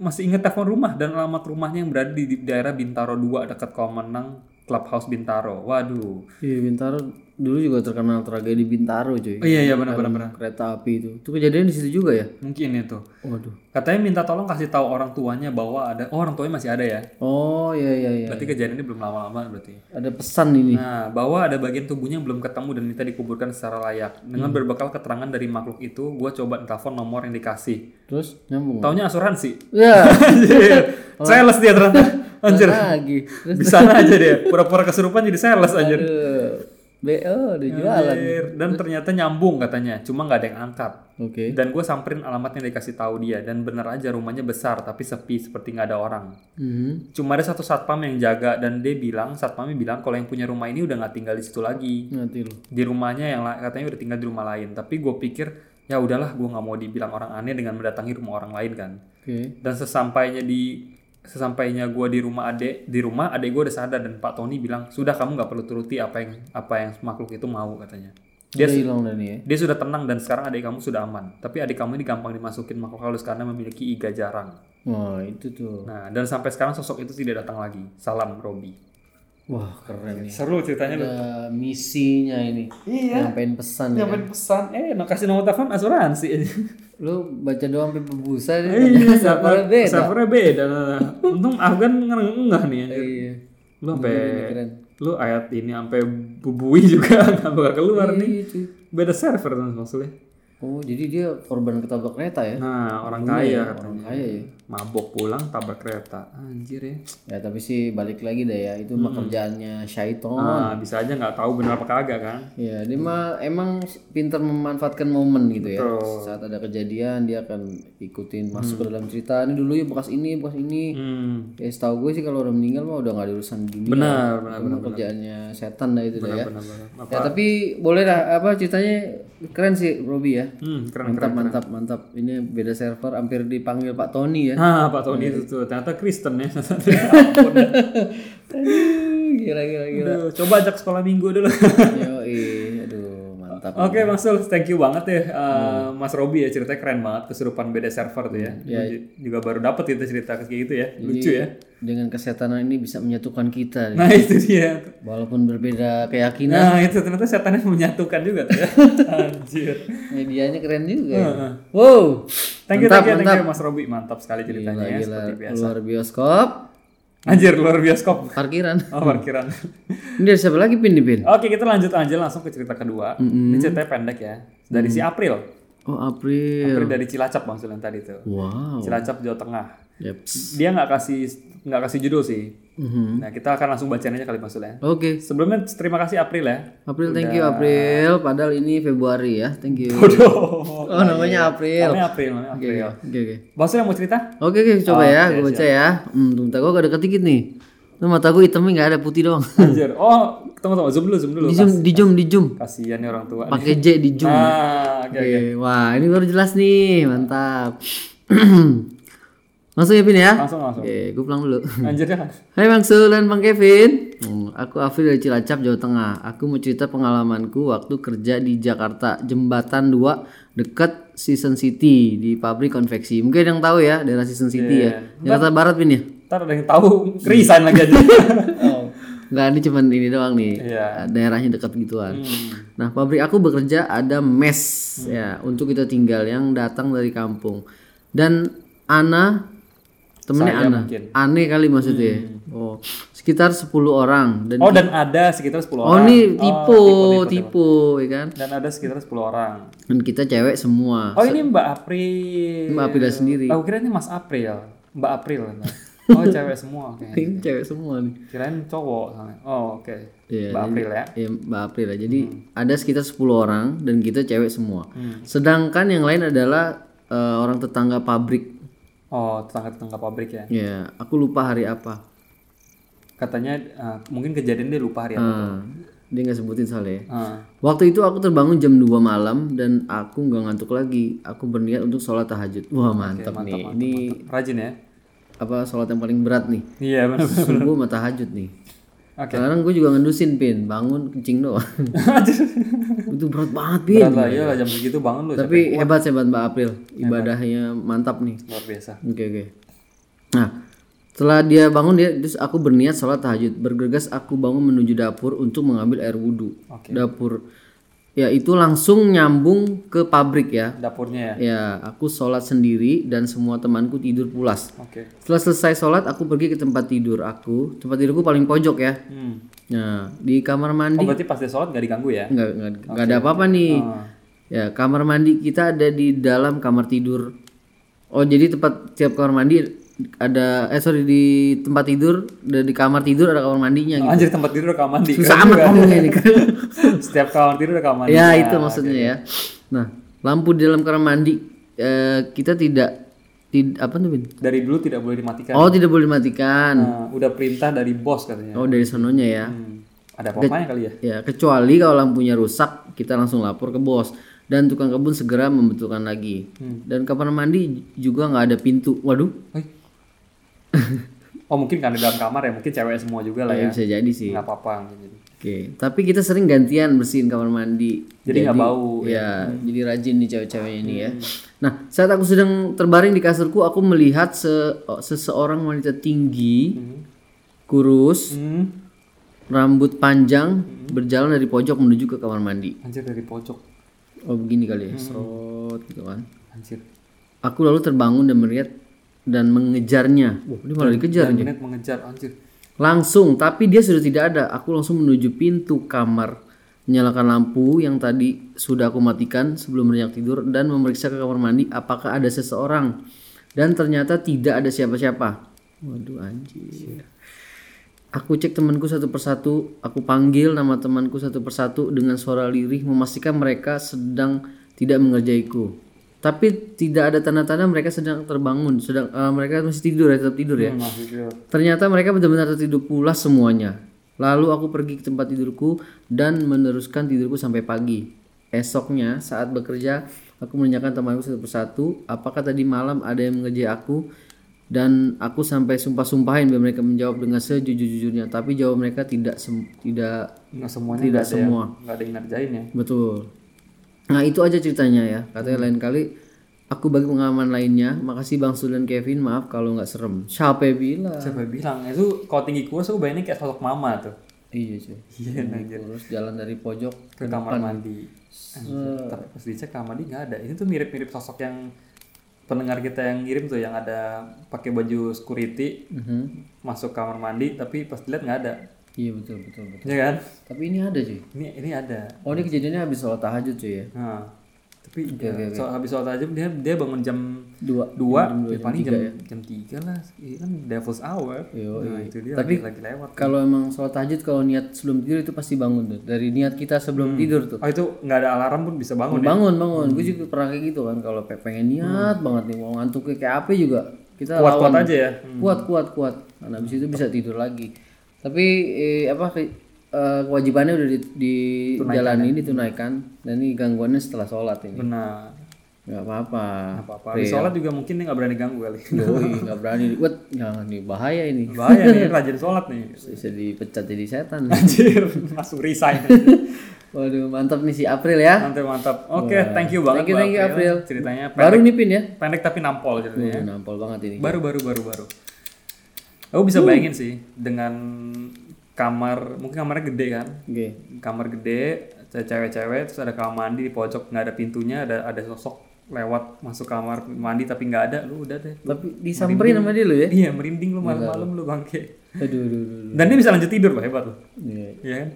Speaker 2: masih ingat telepon rumah dan alamat rumahnya yang berada di, di daerah Bintaro 2 dekat Komenang Clubhouse Bintaro. Waduh.
Speaker 1: Iya, Bintaro dulu juga terkenal tragedi Bintaro, cuy.
Speaker 2: Oh, iya iya benar benar benar.
Speaker 1: Kereta api itu. Itu kejadian di situ juga ya?
Speaker 2: Mungkin itu.
Speaker 1: Waduh.
Speaker 2: Katanya minta tolong kasih tahu orang tuanya bahwa ada oh, orang tuanya masih ada ya.
Speaker 1: Oh, iya iya iya.
Speaker 2: Berarti kejadiannya belum lama-lama berarti.
Speaker 1: Ada pesan ini.
Speaker 2: Nah, bahwa ada bagian tubuhnya yang belum ketemu dan minta dikuburkan secara layak. Dengan berbekal keterangan dari makhluk itu, gue coba telepon nomor yang dikasih.
Speaker 1: Terus nyambung.
Speaker 2: Taunya asuransi.
Speaker 1: Ya,
Speaker 2: Anjir. Sales dia ternyata. Anjir.
Speaker 1: lagi. Terus
Speaker 2: Bisa aja dia. Pura-pura kesurupan jadi sales anjir.
Speaker 1: eh, BO
Speaker 2: Iya,
Speaker 1: udah jualan.
Speaker 2: Anjir. Dan ternyata nyambung katanya. Cuma nggak ada yang angkat.
Speaker 1: Oke.
Speaker 2: Dan gue samperin alamatnya yang dikasih tahu dia. Dan bener aja rumahnya besar tapi sepi seperti nggak ada orang.
Speaker 1: Mhm.
Speaker 2: Cuma ada satu satpam yang jaga dan dia bilang satpamnya bilang kalau yang punya rumah ini udah nggak tinggal di situ lagi.
Speaker 1: Nanti lo.
Speaker 2: Di rumahnya yang la- katanya udah tinggal di rumah lain. Tapi gue pikir ya udahlah gue nggak mau dibilang orang aneh dengan mendatangi rumah orang lain kan.
Speaker 1: Oke.
Speaker 2: dan sesampainya di sesampainya gue di rumah adek di rumah adek gue udah sadar dan Pak Tony bilang sudah kamu nggak perlu turuti apa yang apa yang makhluk itu mau katanya
Speaker 1: Dia hilang dan ya.
Speaker 2: dia sudah tenang dan sekarang adik kamu sudah aman tapi adik kamu ini gampang dimasukin makhluk halus karena memiliki iga jarang
Speaker 1: Wah, itu tuh.
Speaker 2: nah dan sampai sekarang sosok itu tidak datang lagi salam Robi
Speaker 1: Wah, keren nih.
Speaker 2: seru ceritanya
Speaker 1: Ada misinya ini.
Speaker 2: Iya.
Speaker 1: Nyampein pesan ya.
Speaker 2: nyampein pesan eh no, kasih nomor telepon asuransi aja
Speaker 1: Lu baca doang sampai pembusa deh.
Speaker 2: iya
Speaker 1: Servernya beda.
Speaker 2: server servernya beda untung Afgan ngengah nih ya
Speaker 1: Iya.
Speaker 2: lu sampai
Speaker 1: Keren.
Speaker 2: lu ayat ini sampai bubui juga nggak bakal keluar nih
Speaker 1: Iya, cuy.
Speaker 2: beda server kan maksudnya
Speaker 1: Oh, jadi dia korban ketabrak kereta ya?
Speaker 2: nah orang kaya katanya.
Speaker 1: Orang kaya ya.
Speaker 2: mabok pulang tabrak kereta anjir ya
Speaker 1: Ya, tapi sih balik lagi deh ya. Itu
Speaker 2: Hmm.
Speaker 1: pekerjaannya syaiton.
Speaker 2: nah bisa aja nggak tahu benar apa kagak kan
Speaker 1: Ya, dia mah emang pintar memanfaatkan momen gitu ya.
Speaker 2: Betul.
Speaker 1: Saat ada kejadian dia akan ikutin masuk ke dalam cerita. Ini dulu ya bekas ini, bekas ini.
Speaker 2: hmm,
Speaker 1: Ya setahu gue sih kalau udah meninggal mah udah nggak ada urusan di dunia.
Speaker 2: benar benar
Speaker 1: Karena kerjaannya setan dah itu dah ya.
Speaker 2: benar benar apa
Speaker 1: Ya tapi boleh lah apa ceritanya keren sih Robi ya.
Speaker 2: hmm, keren
Speaker 1: Mantap mantap mantap. Ini beda server hampir dipanggil Pak Tony ya.
Speaker 2: ah Pak Tony itu tuh ternyata Kristen ya
Speaker 1: Aduh, gila gila gila.
Speaker 2: Aduh, coba ajak sekolah minggu dulu
Speaker 1: Yoi, aduh mantap.
Speaker 2: Oke Mas Sul, thank you banget ya uh, Mas Robi ya ceritanya keren banget kesurupan beda server tuh ya. Gua ju- Juga baru dapet itu cerita kayak gitu ya, lucu ya.
Speaker 1: Dengan kesetanan ini bisa menyatukan kita.
Speaker 2: Nah itu
Speaker 1: Iya.
Speaker 2: dia.
Speaker 1: Walaupun berbeda keyakinan,
Speaker 2: Nah itu ternyata setannya menyatukan juga tuh ya. Anjir.
Speaker 1: medianya keren juga. ya. Wow,
Speaker 2: Thank you, thank you, thank you Mas Robi, mantap sekali ceritanya ya,
Speaker 1: gila
Speaker 2: seperti biasa.
Speaker 1: luar bioskop,
Speaker 2: Anjir luar bioskop.
Speaker 1: parkiran.
Speaker 2: Oh parkiran.
Speaker 1: Ini dari siapa lagi pin di pin?
Speaker 2: Oke kita lanjut aja langsung ke cerita kedua. Ini ceritanya pendek ya. Dari si April.
Speaker 1: Oh April.
Speaker 2: April dari Cilacap Bang Sul yang tadi tuh.
Speaker 1: Wow.
Speaker 2: Cilacap Jawa Tengah.
Speaker 1: Yaps.
Speaker 2: Dia nggak kasih nggak kasih judul sih.
Speaker 1: Mhm.
Speaker 2: Nah, kita akan langsung bacain aja kali Mas Sul ya.
Speaker 1: Oke.
Speaker 2: Sebelumnya terima kasih April ya.
Speaker 1: April, thank you April. Padahal ini Februari ya, thank you.
Speaker 2: Waduh.
Speaker 1: Oh namanya April.
Speaker 2: Namanya April, namanya April.
Speaker 1: Oke oke.
Speaker 2: Bang Sul yang mau cerita?
Speaker 1: Oke oke, coba ya, gue baca ya. Hmm, tunggu, mata gue agak deket dikit nih. Tuh mata gue hitamnya nggak ada putih doang.
Speaker 2: Anjir. Oh, tunggu tunggu zoom dulu, zoom dulu.
Speaker 1: Di zoom, di zoom, di zoom.
Speaker 2: Kasihan nih orang tua. nih.
Speaker 1: Pakai J di zoom.
Speaker 2: Ah, oke oke.
Speaker 1: Oke, Wah, ini baru jelas nih, mantap. Langsung ya Pin ya.
Speaker 2: Langsung langsung.
Speaker 1: Oke, gue pulang dulu.
Speaker 2: Anjir ya.
Speaker 1: Hai Bang Sul dan Bang Kevin. Hmm, aku Afri dari Cilacap, Jawa Tengah. Aku mau cerita pengalamanku waktu kerja di Jakarta, Jembatan 2 dekat Season City di pabrik konveksi. Mungkin ada yang tahu ya daerah Season City
Speaker 2: Iya.
Speaker 1: ya. Jakarta Barat Pin ya.
Speaker 2: Ntar ada yang tahu resign lagi aja.
Speaker 1: Enggak, ini cuman ini doang nih. Eh,
Speaker 2: Iya. Hmm.
Speaker 1: Daerahnya dekat gituan. Nah, pabrik aku bekerja ada mes ya untuk kita tinggal yang datang dari kampung. Dan Ana temennya
Speaker 2: Saya
Speaker 1: Ana.
Speaker 2: mungkin. Hmm.
Speaker 1: Aneh kali maksudnya. Oh, sekitar 10 orang dan
Speaker 2: Oh, dan ada sekitar 10
Speaker 1: Oh,
Speaker 2: orang.
Speaker 1: ini tipe, tipe, ya kan?
Speaker 2: Dan ada sekitar 10 orang.
Speaker 1: Dan kita cewek semua.
Speaker 2: Oh, ini Mbak April.
Speaker 1: Mbak April sendiri.
Speaker 2: Aku kira ini Mas April. Mbak April. Oh cewek semua kayaknya.
Speaker 1: Ini cewek semua nih.
Speaker 2: Kirain cowok. soalnya. Oh oke.
Speaker 1: Iya,
Speaker 2: Mbak April ya.
Speaker 1: Ya, Mbak April lah. Jadi ada sekitar 10 orang dan kita cewek semua. Sedangkan yang lain adalah eh, orang tetangga pabrik.
Speaker 2: Oh tetangga-tetangga pabrik ya.
Speaker 1: Ya, aku lupa hari apa.
Speaker 2: Katanya eh, mungkin kejadian dia lupa hari apa.
Speaker 1: Ah, dia nggak sebutin soalnya. ya.
Speaker 2: Ah,
Speaker 1: Waktu itu aku terbangun jam 2 malam dan aku nggak ngantuk lagi. Aku berniat untuk sholat tahajud. Wah mantap nih. Ini
Speaker 2: rajin ya.
Speaker 1: apa sholat yang paling berat nih?
Speaker 2: Iya benar.
Speaker 1: Subuh sama tahajud nih.
Speaker 2: Oke.
Speaker 1: Sekarang gue juga ngendusin pin, bangun kencing doang. itu berat banget pin.
Speaker 2: Berat lah, iyalah jam segitu bangun lu
Speaker 1: Tapi hebat hebat Mbak April, ibadahnya mantap nih.
Speaker 2: luar biasa.
Speaker 1: Oke oke. Nah, setelah dia bangun dia terus aku berniat sholat tahajud. Bergegas aku bangun menuju dapur untuk mengambil air wudhu.
Speaker 2: Oke.
Speaker 1: Dapur ya itu langsung nyambung ke pabrik ya.
Speaker 2: Dapurnya ya.
Speaker 1: Ya, aku sholat sendiri dan semua temanku tidur pulas.
Speaker 2: Oke.
Speaker 1: Setelah selesai sholat, aku pergi ke tempat tidur aku. Tempat tidurku paling pojok ya.
Speaker 2: Hmm.
Speaker 1: Nah, di kamar
Speaker 2: Oh
Speaker 1: mandi
Speaker 2: berarti pas dia sholat nggak diganggu ya?
Speaker 1: nggak nggak nggak ada apa-apa nih. Ya, kamar mandi kita ada di dalam kamar tidur. Oh, jadi tempat tiap kamar mandi ada eh sorry di tempat tidur dan di kamar tidur ada kamar mandinya gitu.
Speaker 2: Anjir tempat tidur kamar mandi.
Speaker 1: Susah amat ngomongnya ini.
Speaker 2: kan? Setiap kamar tidur ada kamar mandi.
Speaker 1: ya, itu maksudnya ya. Nah, lampu di dalam kamar mandi eh, kita tidak tid, apa tuh Bin?
Speaker 2: Dari dulu tidak boleh dimatikan.
Speaker 1: Oh, tidak boleh dimatikan.
Speaker 2: Nah, udah perintah dari bos katanya.
Speaker 1: Oh, dari sononya ya.
Speaker 2: Hmm. Ada apa-apanya kali ya?
Speaker 1: Ya, kecuali kalau lampunya rusak, kita langsung lapor ke bos dan tukang kebun segera membetulkan lagi.
Speaker 2: Hmm.
Speaker 1: Dan kamar mandi juga nggak ada pintu. Waduh,
Speaker 2: Oi. Oh mungkin karena dalam kamar ya, mungkin cewek semua juga lah ya.
Speaker 1: bisa jadi sih.
Speaker 2: Nggak apa-apa. gitu. mungkin.
Speaker 1: Oke, tapi kita sering gantian bersihin kamar mandi.
Speaker 2: Jadi nggak bau.
Speaker 1: Ya, jadi
Speaker 2: Hmm.
Speaker 1: rajin nih cewek-cewek ini ya. Nah, saat aku sedang terbaring di kasurku, aku melihat se- oh, seseorang wanita tinggi, kurus,
Speaker 2: Hmm.
Speaker 1: rambut panjang, berjalan dari pojok menuju ke kamar mandi.
Speaker 2: Anjir dari pojok.
Speaker 1: Oh, begini kali ya.
Speaker 2: Hmm.
Speaker 1: Srot gitu kan.
Speaker 2: Anjir.
Speaker 1: Aku lalu terbangun dan melihat dan mengejarnya. Wah, dia malah dikejar.
Speaker 2: Dan net mengejar anjir.
Speaker 1: Langsung, tapi dia sudah tidak ada. Aku langsung menuju pintu kamar, menyalakan lampu yang tadi sudah aku matikan sebelum beranjak tidur dan memeriksa ke kamar mandi apakah ada seseorang. Dan ternyata tidak ada siapa-siapa. Waduh anjir. Aku cek temanku satu persatu, aku panggil nama temanku satu persatu dengan suara lirih memastikan mereka sedang tidak mengerjaiku. Tapi tidak ada tanda-tanda mereka sedang terbangun, sedang eh, mereka masih tidur ya, tetap tidur ya.
Speaker 2: Hmm, anjir.
Speaker 1: Ternyata mereka benar-benar tertidur pulas semuanya. Lalu aku pergi ke tempat tidurku dan meneruskan tidurku sampai pagi. Esoknya saat bekerja, aku menanyakan temanku satu persatu, apakah tadi malam ada yang mengerjai aku? Dan aku sampai sumpah-sumpahin biar mereka menjawab dengan sejujur-jujurnya. Tapi jawab mereka tidak sem- tidak
Speaker 2: Nggak semuanya
Speaker 1: Tidak
Speaker 2: nggak ada yang-
Speaker 1: semua. Ah.
Speaker 2: nggak ada yang ngerjain ya.
Speaker 1: betul. Nah itu aja ceritanya ya. Katanya lain kali aku bagi pengalaman lainnya. Makasih Bang Sul dan Kevin. Maaf kalau nggak serem. Siapa yang bilang?
Speaker 2: Siapa yang bilang itu kalau tinggi kurus aku bayangin kayak sosok mama tuh
Speaker 1: Iya cuy.
Speaker 2: Iya, anjir.
Speaker 1: Terus jalan dari pojok.
Speaker 2: ke kamar mandi. Anjir. Tapi pas dicek kamar mandi nggak ada. Ini tuh mirip-mirip sosok yang pendengar kita yang ngirim tuh yang ada pakai baju security
Speaker 1: Mhm.
Speaker 2: masuk kamar mandi tapi pas dilihat nggak ada.
Speaker 1: Iya betul betul betul.
Speaker 2: Ya kan?
Speaker 1: Tapi ini ada cuy.
Speaker 2: Ini ini ada.
Speaker 1: Oh ini kejadiannya habis sholat tahajud cuy ya.
Speaker 2: Nah, tapi ya, so- habis sholat aja dia dia bangun jam
Speaker 1: Dua.
Speaker 2: dua, ya paling jam jam tiga lah. Ini kan devil's hour. nah, itu dia
Speaker 1: Tapi-
Speaker 2: lagi, lagi lewat.
Speaker 1: Kalau emang sholat tahajud kalau niat sebelum tidur itu pasti bangun tuh. Dari niat kita sebelum tidur tuh.
Speaker 2: Oh itu nggak ada alarm pun bisa bangun. ya? Hmm.
Speaker 1: Bangun bangun. Gue juga pernah kayak gitu kan. Kalau pe- pengen niat banget nih mau ngantuk kayak- kayak apa juga kita
Speaker 2: Kuat-kuat aja ya.
Speaker 1: kuat kuat kuat. Nah habis itu bisa tidur lagi. Tapi eh, apa ke- eh, kewajibannya udah di, dijalani
Speaker 2: ya?
Speaker 1: ditunaikan dan ini gangguannya setelah sholat ini.
Speaker 2: Benar.
Speaker 1: nggak apa-apa.
Speaker 2: Apa-apa.
Speaker 1: Iya.
Speaker 2: Habis sholat juga mungkin dia nggak berani ganggu kali.
Speaker 1: Yoi, nggak berani. Wah, jangan nih bahaya ini.
Speaker 2: Bahaya nih rajin sholat nih.
Speaker 1: Bisa dipecat jadi setan.
Speaker 2: Anjir, langsung resign.
Speaker 1: Waduh, mantap nih si April ya.
Speaker 2: Mantap mantap. Oke, thank you banget.
Speaker 1: Thank you,
Speaker 2: Mbak
Speaker 1: thank you, April.
Speaker 2: Ceritanya pendek, Iya.
Speaker 1: Baru nih Pin ya.
Speaker 2: pendek tapi nampol ceritanya.
Speaker 1: Waduh, nampol banget ini.
Speaker 2: Baru baru baru baru. Aku bisa bayangin sih dengan kamar mungkin kamarnya gede kan.
Speaker 1: Oke.
Speaker 2: Kamar gede, ada cewek-cewek terus ada kamar mandi di pojok nggak ada pintunya, ada ada sosok lewat masuk kamar mandi tapi nggak ada, lu udah deh.
Speaker 1: Tapi disamperin sama dia lu ya.
Speaker 2: Iya, merinding lu malam-malam lu bangke.
Speaker 1: Aduh, aduh, aduh.
Speaker 2: Dan dia bisa lanjut tidur loh, hebat loh.
Speaker 1: Iya.
Speaker 2: Iya kan?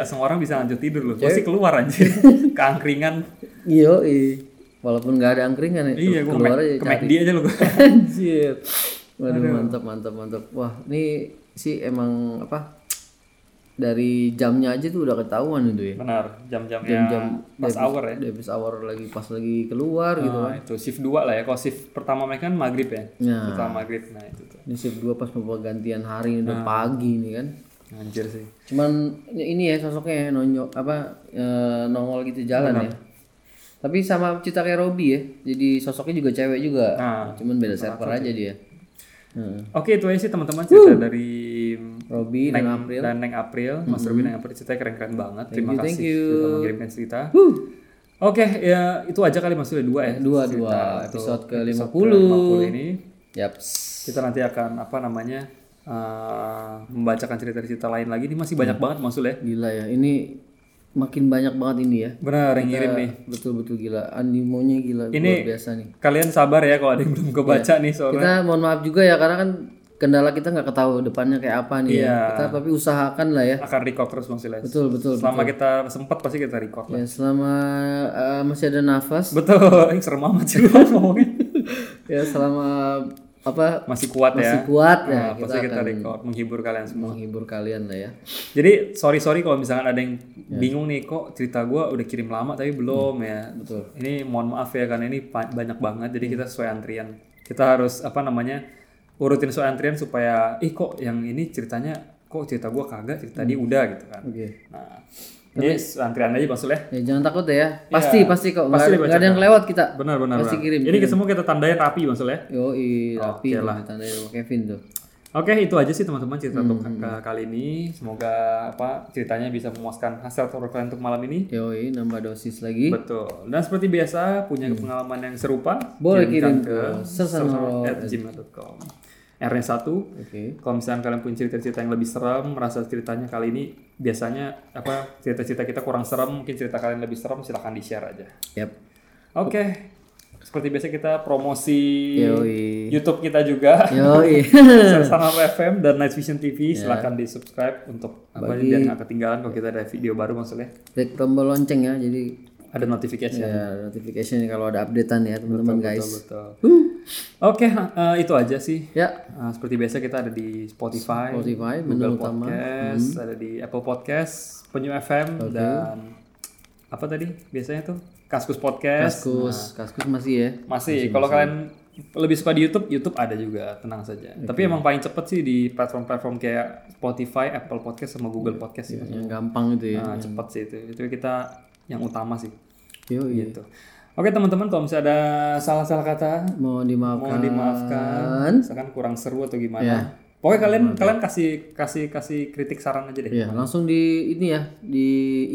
Speaker 2: Gak semua orang bisa lanjut tidur loh. Pasti keluar anjir. Keangkringan.
Speaker 1: Iya, iya. Walaupun nggak ada angkringan ya.
Speaker 2: Iya, gue ke,
Speaker 1: keluar aja
Speaker 2: Mac- ke
Speaker 1: cari.
Speaker 2: McD aja loh. gua.
Speaker 1: Anjir. Waduh, mantap mantap mantap. Wah, ini sih emang apa? Dari jamnya aja tuh udah ketahuan itu ya.
Speaker 2: Benar, jam-jamnya
Speaker 1: Jam-jam
Speaker 2: pas
Speaker 1: di
Speaker 2: hour ya.
Speaker 1: Di habis hour lagi pas lagi keluar gitu.
Speaker 2: Nah, itu shift 2 lah ya. Kalau shift pertama mereka kan maghrib ya.
Speaker 1: Nah.
Speaker 2: Pertama maghrib. Nah, itu tuh.
Speaker 1: Ini shift 2 pas mau gantian hari udah
Speaker 2: Ah.
Speaker 1: pagi nih kan.
Speaker 2: Anjir sih.
Speaker 1: Cuman ini ya sosoknya ya, nonjok apa e, nongol gitu jalan ya. Tapi sama cita kayak Robby ya. Jadi sosoknya juga cewek juga.
Speaker 2: Nah.
Speaker 1: Cuman beda server aja
Speaker 2: ya.
Speaker 1: dia. Heeh.
Speaker 2: Oke, itu aja sih teman-teman cerita dari
Speaker 1: Robby dan April.
Speaker 2: dan Neng April, Mas Ruby Neng April ceritanya keren-keren banget. Terima
Speaker 1: you, thank
Speaker 2: kasih
Speaker 1: you.
Speaker 2: sudah mengirimkan cerita.
Speaker 1: Huh.
Speaker 2: Oke, ya itu aja kali Mas Ruby dua ya.
Speaker 1: Dua
Speaker 2: Cerita
Speaker 1: dua
Speaker 2: untuk
Speaker 1: episode ke 50.
Speaker 2: episode ke-50 ini
Speaker 1: Yaps.
Speaker 2: kita nanti akan apa namanya? eh, membacakan cerita-cerita lain lagi. Ini masih
Speaker 1: Hmm.
Speaker 2: banyak banget Masul ya.
Speaker 1: Gila ya, ini makin banyak banget ini ya.
Speaker 2: Benar, yang ngirim nih.
Speaker 1: Betul-betul gila, animonya gila
Speaker 2: Ini-
Speaker 1: luar biasa nih.
Speaker 2: Kalian sabar ya kalau ada yang belum kebaca nih soalnya.
Speaker 1: Iya. Kita mohon maaf juga ya karena kan kendala kita nggak ketahui depannya kayak apa nih ya.
Speaker 2: Iya.
Speaker 1: Kita tapi usahakan lah ya.
Speaker 2: akan record terus Mas Silas.
Speaker 1: Betul betul.
Speaker 2: Selama kita sempat pasti kita record. lah.
Speaker 1: Ya selama eh, masih ada nafas,
Speaker 2: Betul, Ih, serem amat sih gua ngomongnya.
Speaker 1: ya selama apa
Speaker 2: Masih kuat
Speaker 1: masih
Speaker 2: ya.
Speaker 1: kuat ya
Speaker 2: Nah,
Speaker 1: kita
Speaker 2: pasti kita record menghibur kalian semua.
Speaker 1: menghibur kalian lah ya.
Speaker 2: Jadi sorry sorry kalau misalkan ada yang bingung nih kok cerita gua udah kirim lama tapi belum ya.
Speaker 1: Hmm. Betul.
Speaker 2: Ini mohon maaf ya karena ini pa- banyak banget jadi kita sesuai antrian. Kita harus apa namanya urutin sesuai antrian supaya ih kok yang ini ceritanya kok cerita gua kagak cerita dia
Speaker 1: Hmm.
Speaker 2: udah gitu kan.
Speaker 1: Oke.
Speaker 2: Nah, ini antrian aja Mas Sul ya.
Speaker 1: Ya, jangan takut ya. Pasti pasti kok
Speaker 2: Pasti
Speaker 1: nggak nggak ada yang lewat kita.
Speaker 2: Benar benar.
Speaker 1: Pasti
Speaker 2: benar.
Speaker 1: kirim,
Speaker 2: Ini semua kita tandain rapi ya. maksudnya.
Speaker 1: Yo, rapi
Speaker 2: Oke lah.
Speaker 1: okay tanda Kevin tuh.
Speaker 2: Oke, itu aja sih teman-teman cerita untuk
Speaker 1: Hmm,
Speaker 2: ke- kali ini. Semoga apa ceritanya bisa memuaskan hasil topik kalian untuk malam ini.
Speaker 1: Yoi, nambah dosis lagi.
Speaker 2: Betul. Dan seperti biasa, punya pengalaman yang serupa,
Speaker 1: Hmm. Boleh
Speaker 2: kirimkan
Speaker 1: kirim ke
Speaker 2: sesano@gmail.com. R-nya satu.
Speaker 1: Oke.
Speaker 2: Kalau misalnya kalian punya cerita-cerita yang lebih serem, merasa ceritanya kali ini biasanya apa cerita-cerita kita kurang serem, mungkin cerita kalian lebih serem, silahkan di-share aja.
Speaker 1: Yap.
Speaker 2: Oke. Seperti biasa kita promosi
Speaker 1: Yoi.
Speaker 2: YouTube kita juga.
Speaker 1: Yoi.
Speaker 2: Sarsana FM dan Night Vision TV silahkan di subscribe untuk
Speaker 1: Ya.
Speaker 2: apa
Speaker 1: Bagi-
Speaker 2: biar nggak ketinggalan kalau kita ada video baru maksudnya
Speaker 1: Klik tombol lonceng ya. Jadi
Speaker 2: ada notification.
Speaker 1: ya notification kalau ada updatean ya teman-teman guys.
Speaker 2: Iya. Betul. Oke eh, itu aja sih.
Speaker 1: Ya,
Speaker 2: Eh, seperti biasa kita ada di Spotify,
Speaker 1: Spotify menu
Speaker 2: Google
Speaker 1: utama. Hmm.
Speaker 2: Podcast, ada di Apple Podcast, Penyu FM dan apa tadi biasanya tuh Kaskus Podcast.
Speaker 1: Kaskus, Kaskus masih ya.
Speaker 2: Masih, kalau kalian lebih suka di YouTube, YouTube ada juga, tenang saja. Tapi emang paling cepet sih di platform-platform kayak Spotify, Apple Podcast sama
Speaker 1: Iya,
Speaker 2: Google Podcast gitu. sih.
Speaker 1: Yang gampang itu ya.
Speaker 2: Iya. Nah, cepet sih itu. Itu kita yang utama sih.
Speaker 1: Yoi.
Speaker 2: Gitu. Oke teman-teman, kalau misalnya ada salah-salah kata,
Speaker 1: Mau
Speaker 2: mohon
Speaker 1: dimaafkan.
Speaker 2: dimaafkan. Misalkan kurang seru atau gimana.
Speaker 1: Ya.
Speaker 2: Pokoknya kalian kalian kasih kasih kasih kritik saran aja deh.
Speaker 1: Ya, langsung di ini ya, di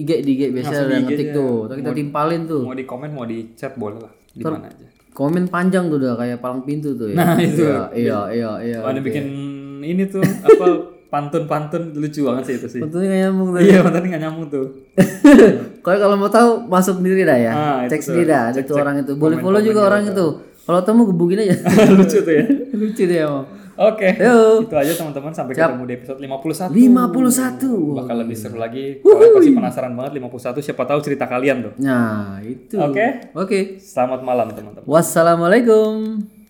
Speaker 1: IG di IG biasanya ada yang ngetik tuh. Terus kita timpalin tuh.
Speaker 2: Mau di komen, mau di chat boleh lah, di mana aja.
Speaker 1: Komen panjang tuh udah kayak palang pintu tuh ya.
Speaker 2: Nah, itu.
Speaker 1: Iya, iya, iya, iya.
Speaker 2: Kalau ada bikin ini tuh apa pantun-pantun lucu banget sih itu sih.
Speaker 1: Tentunya kayak nyambung tuh. ya.
Speaker 2: Iya, mantan nggak nyambung tuh.
Speaker 1: Kalau kalau mau tahu masuk sendiri dah ya.
Speaker 2: Ah, itu
Speaker 1: cek sendiri dah ada tuh orang itu. Boleh follow juga orang itu. Kalau temu gebugin aja.
Speaker 2: Lucu tuh ya.
Speaker 1: Lucu deh emang.
Speaker 2: Oke.
Speaker 1: Yo.
Speaker 2: Itu aja teman-teman sampai ketemu di episode 51.
Speaker 1: 51.
Speaker 2: Bakal lebih seru lagi. Kalian pasti penasaran banget 51 siapa tahu cerita kalian tuh.
Speaker 1: Nah, itu.
Speaker 2: Oke.
Speaker 1: Oke.
Speaker 2: Selamat malam teman-teman.
Speaker 1: Wassalamualaikum.